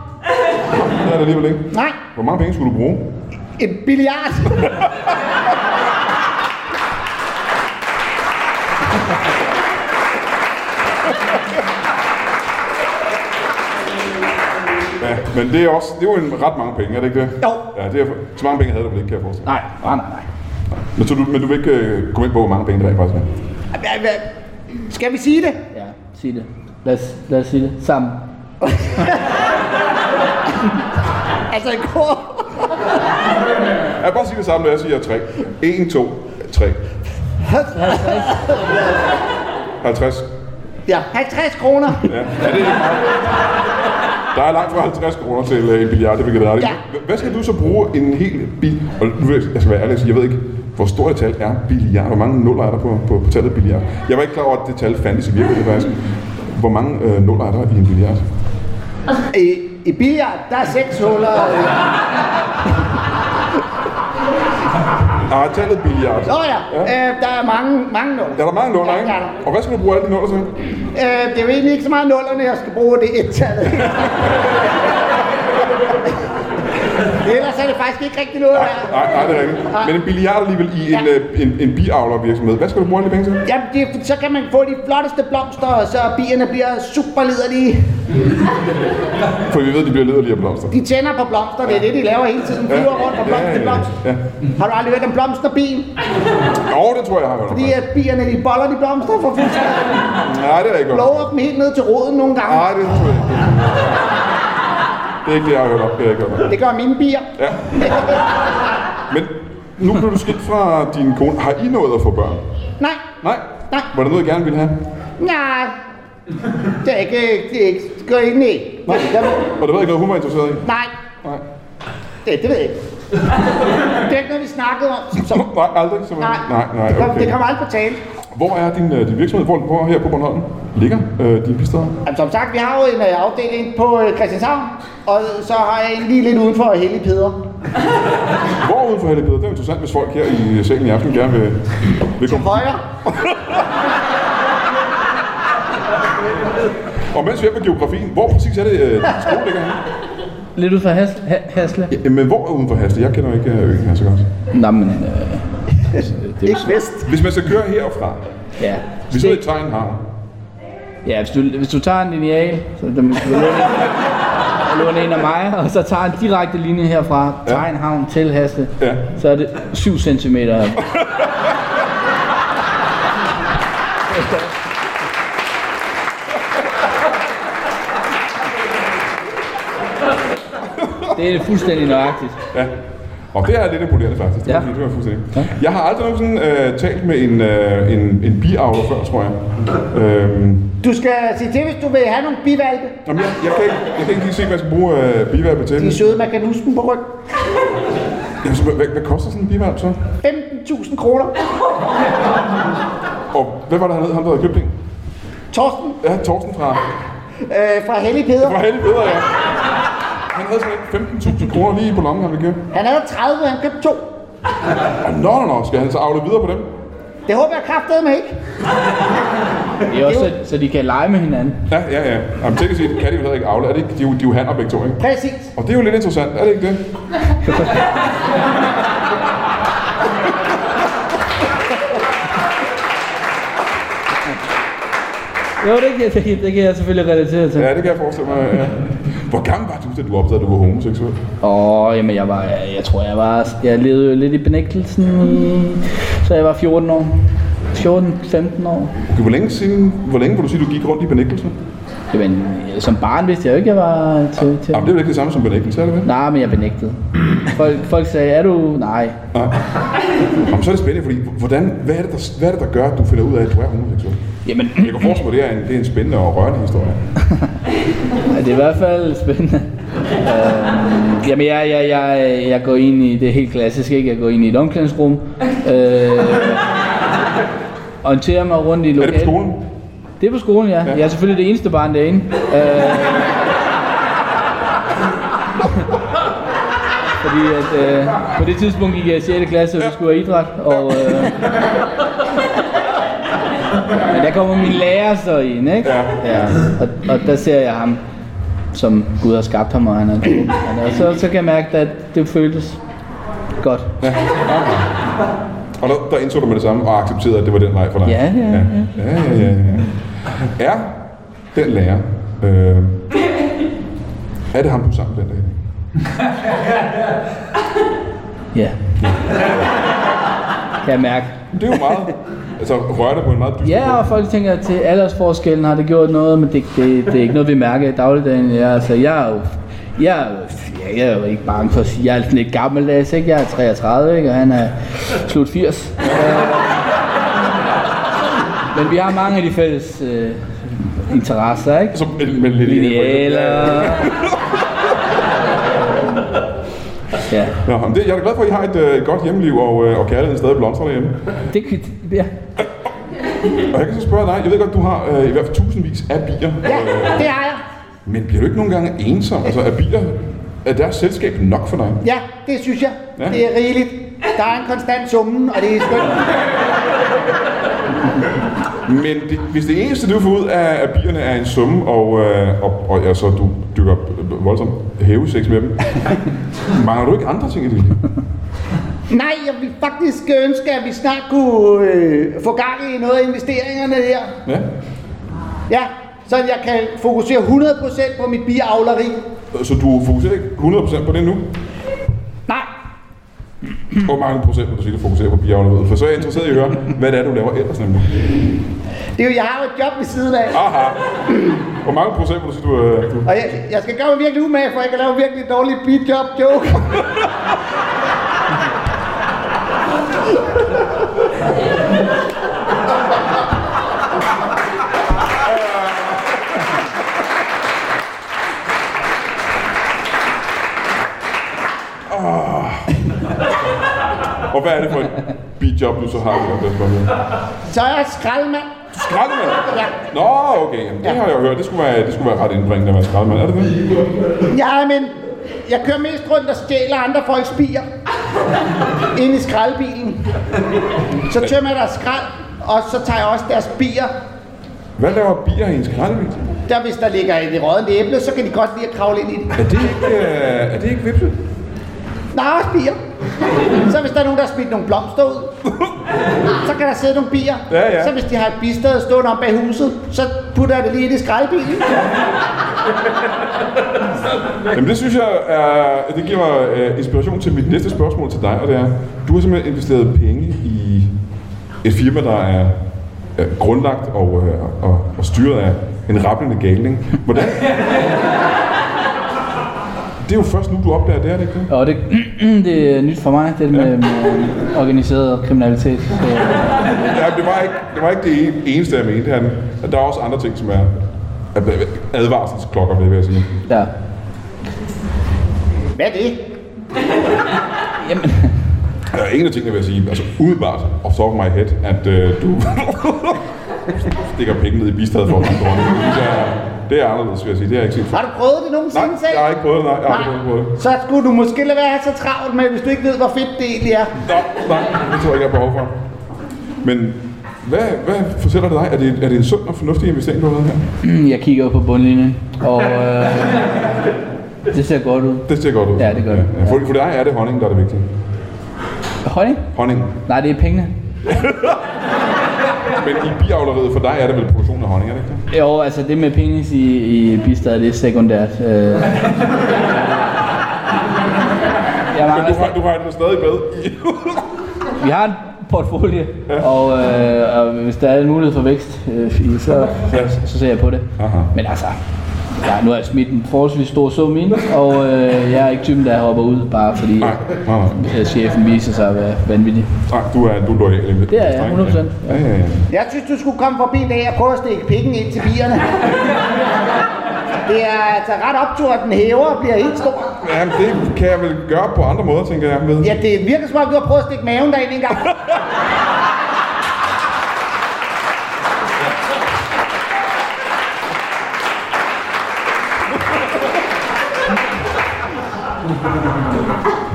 B: Det er det alligevel ikke.
D: Nej,
B: Hvor mange penge skulle du bruge?
D: en billiard.
B: Ja, men det er også, det er jo en ret mange penge, er det ikke det?
D: Jo.
B: Ja, det er, så mange penge havde du vel ikke, kan jeg forestille mig.
C: Nej, nej, nej. nej.
B: Men, så du, men du vil ikke øh, komme ind på, hvor mange penge der er faktisk er?
D: Hva- hva- Skal vi sige det?
C: Ja, sig det. Lad os, lad os sige det sammen.
D: Altså, i går...
B: Jeg bare sige det samme, når jeg siger 3. 1, 2, 3. 50.
D: Ja, 50 kroner.
B: Ja, ja det er ikke meget. Der er langt fra 50 kroner til øh, en billiard, det vil jeg
D: Ja.
B: Hvad skal du så bruge en hel bil? Og nu vil jeg, jeg skal være ærlig og sige, jeg ved ikke, hvor stort et tal er billiard? Hvor mange nuller er der på, på, på tallet billiard? Jeg var ikke klar over, at det tal fandtes i virkeligheden faktisk. Hvor mange øh, nuller er der i en billiard?
D: I, i billiard, der er 6 huller. øh.
B: Ah, tallet billiard.
D: Nå ja, øh, der er mange, mange nuller.
B: Er der mange nuller,
D: Ja,
B: ikke?
D: ja, der er.
B: Og hvad skal du bruge alle de nuller til?
D: Øh, det er jo egentlig ikke så meget nullerne, jeg skal bruge det er et-tallet. Ellers er det faktisk ikke rigtig noget
B: Nej,
D: værd.
B: nej, nej, det er rigtigt. Men en billiard alligevel i en,
D: Ja.
B: øh, en, en biavlervirksomhed. Hvad skal du bruge alle de penge til?
D: Jamen, det, så kan man få de flotteste blomster, og så bierne bliver super liderlige.
B: For vi ved, at de bliver lederlige af blomster.
D: De tænder på blomster, det er det, de laver hele tiden. Flyver rundt fra blomst til blomst.
B: Ja.
D: Har du aldrig hørt om blomsterbien?
B: Jo, det tror jeg, jeg har hørt om.
D: Fordi at bierne, de boller de blomster for fuldstændig.
B: Nej, det er ikke godt.
D: Lover dem helt ned til roden nogle gange.
B: Nej, det tror jeg ikke. Det er ikke det, jeg har hørt om. Det er ikke godt.
D: Det gør mine bier.
B: Ja. Men nu blev du skilt fra din kone. Har I nået at få børn?
D: Nej,
B: Nej?
D: Nej.
B: Var det noget, I gerne ville have?
D: nej. Det er ikke, det er ikke, det er ikke, nej.
B: Nej. Og det ved jeg ikke noget, hun var interesseret i?
D: Nej,
B: Nej.
D: det, det ved jeg ikke. Det er ikke noget, vi snakkede om. Så,
B: Nej, aldrig
D: nej,
B: simpelthen. Nej, nej,
D: det, kom, det
B: okay.
D: kommer aldrig på tale.
B: Hvor er din, øh, din virksomhed? Hvor, hvor her på Bornholm ligger øh, dine bisteder?
D: Jamen, som sagt, vi har jo en øh, afdeling på øh, Christianshavn, og så har jeg en lige lidt udenfor for Hellig Peder.
B: Hvor uden for Hellebede? Det er jo interessant, hvis folk her i salen i aften gerne vil, vil komme.
D: Højre.
B: Og mens vi er på geografien, hvor præcis er det, øh, din skole ligger henne?
C: Lidt ud fra has, ha, Hasle.
B: Ja, men hvor er uden for Hasle? Jeg kender ikke øh, øen her så godt.
C: Nå, men... Øh, det er jo,
D: Ikke vest.
B: Hvis man skal køre herfra,
C: ja.
B: vi sidder i Tegn Havn.
C: Ja, hvis du, hvis du tager en lineal, så den, hvis du låner en- låner en af mig, og så tager en direkte linje herfra,
B: Ja.
C: Tegnhavn til Hasle,
B: Ja.
C: så er det 7 cm. Det er fuldstændig nøjagtigt.
B: Ja. Og det er lidt imponerende faktisk. Det
C: Ja.
B: var, det var fuldstændig. Jeg har aldrig nogensinde øh, talt med en, øh, en, en biavler før, tror jeg. Øhm,
D: Du skal sige til, hvis du vil have nogle bivalpe.
B: jamen, jeg, jeg, kan ikke, jeg kan ikke lige se, hvad jeg skal bruge øh, bivalpe til.
D: De er søde, man kan huske dem på ryg.
B: Jamen, så, hvad, hvad, hvad koster sådan en bivalp så?
D: 15.000 kroner.
B: Og hvad var det, han hed, ham der havde købt en?
D: Torsten
B: Ja, Torsten fra,
D: øh, fra Hellig Peder.
B: fra Helvede, ja. Han havde sådan lidt 15.000 kroner lige på lommen, han ville købe.
D: Han havde 30, han købte to.
B: Og nå, nå, nå, skal han så afle videre på dem?
D: Det håber jeg kraftedeme ikke.
C: Det er også, så, så de kan lege med hinanden.
B: Ja, ja, ja. Jamen, tænk at sige, det kan de vel heller ikke afle. Er det ikke, de, er jo- de er jo hanner begge to, ikke?
D: Præcis.
B: Og det er jo lidt interessant, er det ikke det?
C: Jo, det kan, det, kan- det kan jeg selvfølgelig relatere til.
B: Ja, det kan jeg forestille mig. Ja. Hvor gammel var du, da du opdagede, at du var homoseksuel?
C: Åh, jamen jeg var, jeg, jeg tror jeg var, jeg levede jo lidt i benægtelsen, i, så jeg var 14 år. 14-15 år.
B: Okay, hvor længe, siden, hvor længe vil du sige, du gik rundt i benægtelsen?
C: Jamen, som barn vidste jeg jo ikke, jeg var til... til.
B: Jamen, det er vel ikke det samme som benægtelse, er det vel?
C: Nej, men jeg benægtede. Folk, folk sagde, er du... Nej.
B: Jamen, så er det spændende, fordi hvordan, hvad, er det, der, hvad er det, der gør, at du finder ud af, at du er homoseksuel?
C: Jamen,
B: Jeg kan forestille mig, det er en, det er en spændende og rørende historie.
C: det er i hvert fald spændende. Øh, jamen, jeg, jeg, jeg, jeg går ind i... Det er helt klassisk, ikke? Jeg går ind i et omklædningsrum. Øh, orienterer mig rundt i
B: Er det
C: lokalet.
B: på skolen?
C: Det er på skolen, ja. Jeg er selvfølgelig det eneste barn derinde. Øh... Fordi at, øh, på det tidspunkt gik jeg i 6. klasse, og vi skulle have idræt, og... Øh... Men der kommer min lærer så ind, ikke? Ja. ja. Og, og der ser jeg ham, som Gud har skabt ham, og han er god. Og så, så kan jeg mærke, at det føltes godt.
B: Og der, der indså du med det samme og accepterede, at det var den vej for dig?
C: Ja, ja,
B: ja. ja, ja, ja, ja. Er den lærer, øh, er det ham, du er sammen med den dag?
C: Ja. Kan jeg mærke.
B: Det er jo meget, altså rører det på en meget dyster
C: Ja, og
B: måde.
C: folk tænker, at til aldersforskellen har det gjort noget, men det, det, det er ikke noget, vi mærker i dagligdagen. Ja, altså, jeg er jo, jeg, er jo- ja, jeg er jo ikke bange for at sige, jeg er sådan lidt gammeldags, ikke? Jeg er 33, ikke? Og han er slut 80. Øh, men vi har mange af de fælles øh, interesser, ikke?
B: Som Altså, med, med lidt
C: Linealer. Ja,
B: Nå, men det, jeg er da glad for, at I har et, øh, et godt hjemmeliv, og, øh, og kærligheden stadig blomstrer derhjemme.
C: det kan... Ja.
B: Og jeg kan så spørge dig, jeg ved godt, du har øh, i hvert fald tusindvis af bier.
D: Ja,
B: Øh,
D: det har jeg.
B: men bliver du ikke nogen gange ensom? Altså, er bier, er deres selskab nok for dig?
D: Ja, det synes jeg.
B: Ja.
D: Det er rigeligt. Der er en konstant summen, og det er skønt.
B: Men det, hvis det eneste, du får ud af, af bierne, er en summe, og, øh, og, og ja, så du dykker øh, voldsomt hævesex med dem, mangler du ikke andre ting i dit liv?
D: Nej, jeg ville faktisk ønske, at vi snart kunne øh, få gang i noget af investeringerne her.
B: Ja.
D: Ja, så jeg kan fokusere 100% på mit biavleri.
B: Så du fokuserer ikke 100% på det nu?
D: Nej,
B: Hvor mange procent vil du sige, du fokuserer på bierne? For så er jeg interesseret i at høre, hvad det er, du laver ellers nemlig.
D: det er jo, jeg har jo et job ved siden af.
B: Aha. Hvor mange procent vil du sige, du... Øh, du
D: Og jeg, jeg skal gøre mig virkelig umage, for jeg kan lave virkelig dårlige beatjob joke.
B: og hvad er det for et bijob, du så har? Jacob Vespermølle?
D: Så er jeg skraldemand.
B: Du er skraldemand?
D: Ja.
B: Nå, okay. Jamen, det har jeg jo hørt. Det skulle være, det skulle være ret indbringende at være skraldemand. Er det det?
D: Ja, men jeg kører mest rundt og stjæler andre folks bier. Ind i skraldbilen. Så tømmer jeg deres skrald, og så tager jeg også deres bier.
B: Hvad laver bier i en skraldemand?
D: Der, hvis der ligger et rådent æble, så kan de godt lide at kravle ind i det.
B: Er det ikke, øh, er det ikke vipse?
D: Der er også bier. Så hvis der er nogen, der har smidt nogle blomster ud, så kan der sidde nogle bier.
B: Ja, ja.
D: Så hvis de har et bistad stående om bag huset, så putter jeg det lige ind i skraldbilen.
B: Jamen det synes jeg, er, det giver mig øh, inspiration til mit næste spørgsmål til dig, og det er, du har simpelthen investeret penge i et firma, der er øh, grundlagt og, øh, og, og styret af en rappelende galning. Hvordan? Det er jo først nu, du opdager det, er det ikke det?
C: Og det, det er nyt for mig, det med, med organiseret kriminalitet. Så.
B: Ja, det var ikke det, var ikke det eneste, jeg mente. Han, der er også andre ting, som er er advarselsklokker, vil jeg sige.
C: Ja.
D: Hvad er det?
C: Jamen,
B: Der er en af tingene, vil jeg sige, altså umiddelbart, off the top of my head, at øh, du stikker penge ned i bistadet for at ramme dronningen. Det synes jeg er- Det er anderledes, skal jeg sige. Det har jeg ikke set før.
D: Har du prøvet det nogensinde
B: Nej,
D: selv?
B: jeg har ikke prøvet det, nej. Jeg har
D: Nej.
B: ikke prøvet det.
D: Så skulle du måske lade være at have så travlt med, hvis du ikke ved, hvor fedt det egentlig er.
B: Nå, nej, det tror jeg ikke, jeg har behov for. Men hvad, hvad fortæller det dig? Er det, er det en sund og fornuftig investering, du har lavet her?
C: Jeg kigger op på bundlinjen, og øh, det ser godt ud.
B: Det ser godt ud.
C: Ja, det gør det.
B: Ja, For, for dig er det honningen, der er det vigtige.
C: Honning?
B: Honningen.
C: Nej, det er pengene.
B: Men i biavleriet for dig er det vel produktionen af honning, er det ikke det?
C: Jo, altså det med penis i, i bistad, det er sekundært. Øh. Jeg
B: Men
C: mangler
B: du har, du har det stadig med. i.
C: Vi har en portfolio, og, øh, og hvis der er en mulighed for vækst, øh, i- så, så, så ser jeg på det.
B: Aha.
C: Men altså, ja, nu har jeg smidt en forholdsvis stor sum ind, og øh, jeg er ikke typen, der hopper ud, bare fordi
B: nej, nej, nej.
C: øh, chefen viser sig at være vanvittig.
B: Nej, du er, du er lojal.
C: Det er jeg, 100%.
B: Ja, ja, ja.
D: Jeg synes, du skulle komme forbi en dag og prøve at stikke pikken ind til bierne. Det er altså ret optur, at den hæver og bliver helt stor.
B: Ja, men det kan jeg vel gøre på andre måder, tænker jeg. Med.
D: Ja, det virker som om, du har prøvet at stikke maven derind en gang.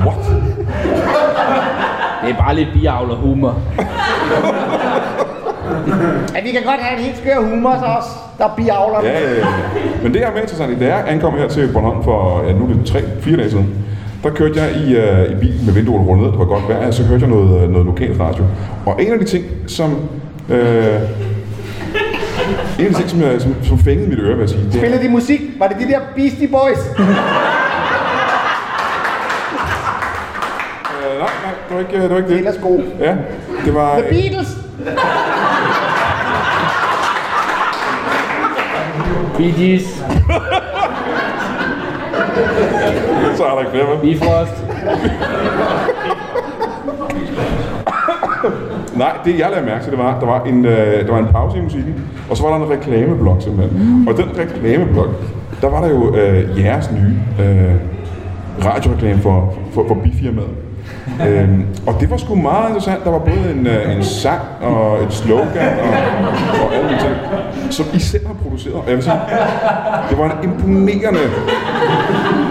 B: What?
C: Det er bare lidt biavlerhumor.
D: Ja, vi kan godt have en helt skør humor så også, der biavler.
B: Ja, ja, ja. Men det, jeg er mere interessant i, da jeg ankom her til Bornholm for, ja, nu er det tre, fire dage siden, der kørte jeg i, øh, i bil med vinduerne rundet ned, det var godt vejr, så hørte jeg noget, øh, noget lokal radio. Og en af de ting, som... Øh, en af de ting, som, jeg, som, som fængede mit øre, vil jeg sige, det er,
D: Spillede de musik? Var det de der Beastie Boys?
B: øh, nej, nej, det var ikke øh, det. Var ikke det.
D: Ellers god.
B: Ja, det var...
D: The Beatles?
C: Bee Gees,
B: Så er der ikke flere, vel?
C: Bifrost.
B: Nej, det jeg lagde mærke til, det var, der var en, øh, der var en pause i musikken, og så var der en reklameblok simpelthen. Mm. Og den reklameblok, der var der jo øh, jeres nye øh, radioreklame for, for, for bifirmaet. øhm, og det var sgu meget interessant. Der var både en, øh, en sang og et slogan og, og alle de ting, som I selv har produceret. Og Jeg vil sige, det var en imponerende...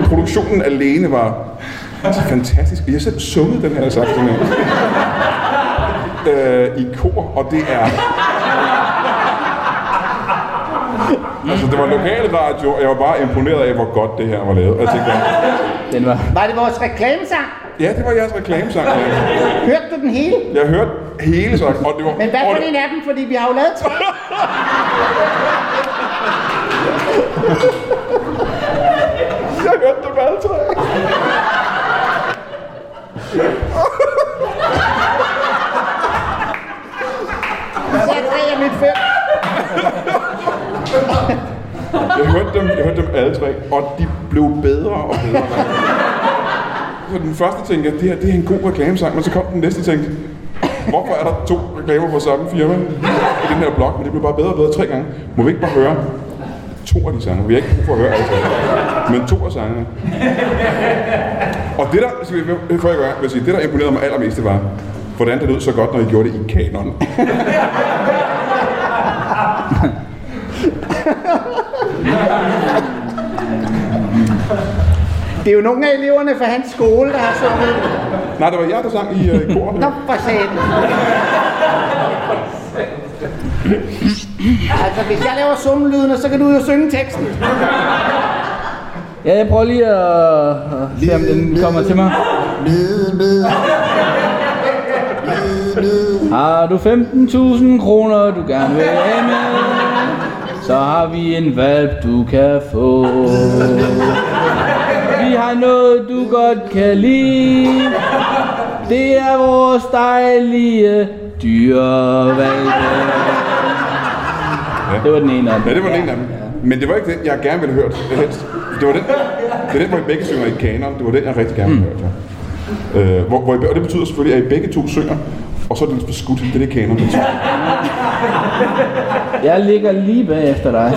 B: Produktionen alene var fantastisk. Jeg har selv sunget den her sang. Den her øh, i kor, og det er... altså, det var lokale radio, og jeg var bare imponeret af, hvor godt det her var lavet. Og jeg tænkte,
C: Den var...
D: Var det vores reklamesang?
B: ja, det var jeres reklamesang. ja.
D: Hørte du den hele?
B: Jeg hørte hele sangen, og det var...
D: Men hvad
B: og
D: for en af dem? Fordi vi har jo lavet tre.
B: Jeg hørte dem alle tre.
D: Så er tre af mit fem.
B: Jeg hørte dem, jeg hørte dem alle tre, og de blev bedre og bedre. Så den første tænkte jeg, det her det er en god reklamesang, men så kom den næste og tænkte, hvorfor er der to reklamer fra samme firma i den her blog, men det blev bare bedre og bedre tre gange. Må vi ikke bare høre to af de sange? Vi har ikke brug for at høre alle tre, men to af sangene. Og det der, skal vi, før jeg gør, vil jeg sige, det der imponerede mig allermest, det var, hvordan det lød så godt, når I gjorde det i kanon.
D: Det er jo nogle af eleverne fra hans skole, der har sunget.
B: Nej, det var jeg, der sang i uh, kor.
D: Nå, for satan. Altså, hvis jeg laver summelydene, så kan du jo synge teksten.
C: Ja, jeg prøver lige at, at se, om den kommer til mig. Har du 15.000 kroner, du gerne vil have med, så har vi en valp, du kan få. Vi har noget, du godt kan lide. Det er vores dejlige dyrevalpe. Det var den ene af dem.
B: Ja, det var den ene af dem. Men det var ikke den, jeg gerne ville høre helst. Det var den, det er den hvor I begge synger i kanon. Det var den, jeg rigtig gerne ville høre. Ja. Øh, hvor, hvor I, og det betyder selvfølgelig, at I begge to synger, og så er det lidt skudt. Det er det kanon. betyder.
C: Jeg ligger lige bagefter dig.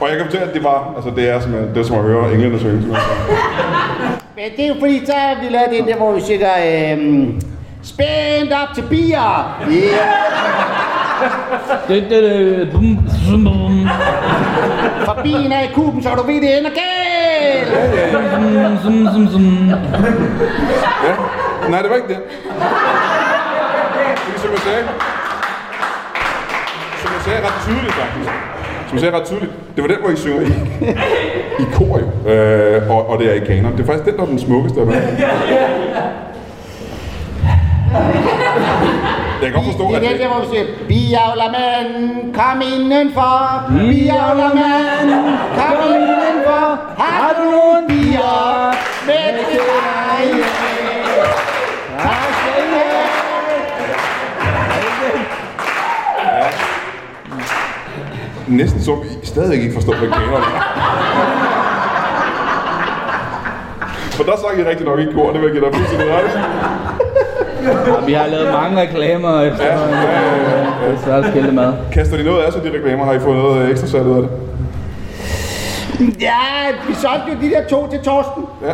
B: Og jeg kan fortælle, at det var, altså det er som, det er som at høre englænder synge. simpelthen.
D: Men men det er jo fordi, så har vi lavet den der, hvor vi synger... Øhm, Spændt op til bier! Yeah. Fra bien af i kuben, så du ved, det ender galt!
B: Ja. Nej, det var ikke det. Fordi som jeg sagde, som jeg sagde ret tydeligt faktisk, som jeg sagde ret tydeligt, det var den, hvor I synger i, i kor jo, øh, og, og det er i kanon. Det er faktisk den, der er den smukkeste af dem. Jeg kan godt forstå,
D: Det
B: at
D: er den
B: det,
D: der, hvor vi siger, biavler mand, kom indenfor. Biavler mand, kom indenfor. Har du nogen bier med til dig? Tak skal I have.
B: næsten som I stadigvæk ikke forstår, hvad kanon er. For der sang I rigtig nok i kor, det vil jeg give dig fuldstændig ret. i.
C: Vi har lavet mange reklamer efter,
B: Ja, ja, ja, ja.
C: det er svært at skille mad.
B: Kaster de noget af sig, de reklamer? Har I fået noget øh, ekstra salg ud af det?
D: Ja, vi solgte jo de der to til Torsten. Ja.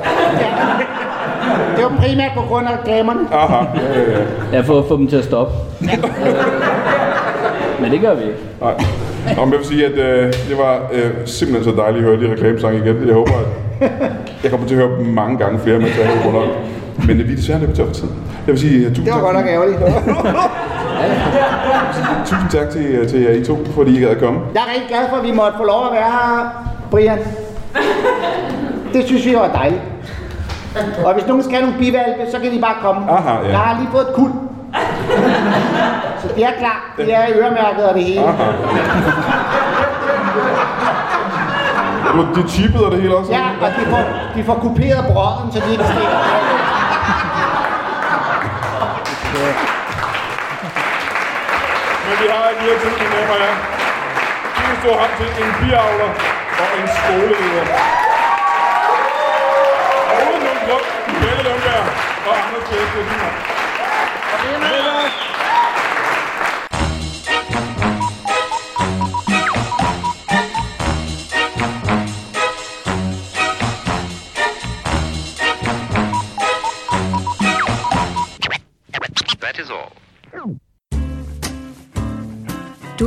D: Det var primært på grund af reklamerne.
B: Aha, ja, ja, ja.
C: Ja, for at få dem til at stoppe. Men det gør vi ikke.
B: Nej. Nå, men jeg vil sige, at øh, det var øh, simpelthen så dejligt at høre de reklamesange igen. Jeg håber, at jeg kommer til at høre dem mange gange flere, mens jeg er rundt om. Men øh, vi er desværre løbet tør for tid. Jeg vil sige, øh, tusind,
D: Det var
B: tak,
D: godt nok ærgerligt.
B: tusind tak til, øh, til jer I to, fordi I gad at komme.
D: Jeg er rigtig glad for, at vi måtte få lov at være her, Brian. Det synes vi var dejligt. Og hvis nogen skal have nogle bivalpe, så kan de bare komme.
B: Aha, ja.
D: Jeg har lige fået et kul. Så det er klar. Det er øremærket og det hele.
B: Aha. Du, de chippede og det hele også?
D: Ja, og de får, de får kuperet brøden, så de ikke stikker.
B: Men vi har en lille tilkning med mig, ja. Vi vil stå ham til en biavler og en skoleleder. Og uden nogen grund, Pelle Lundberg og Anders Kjæsted.
E: That is all.
F: Du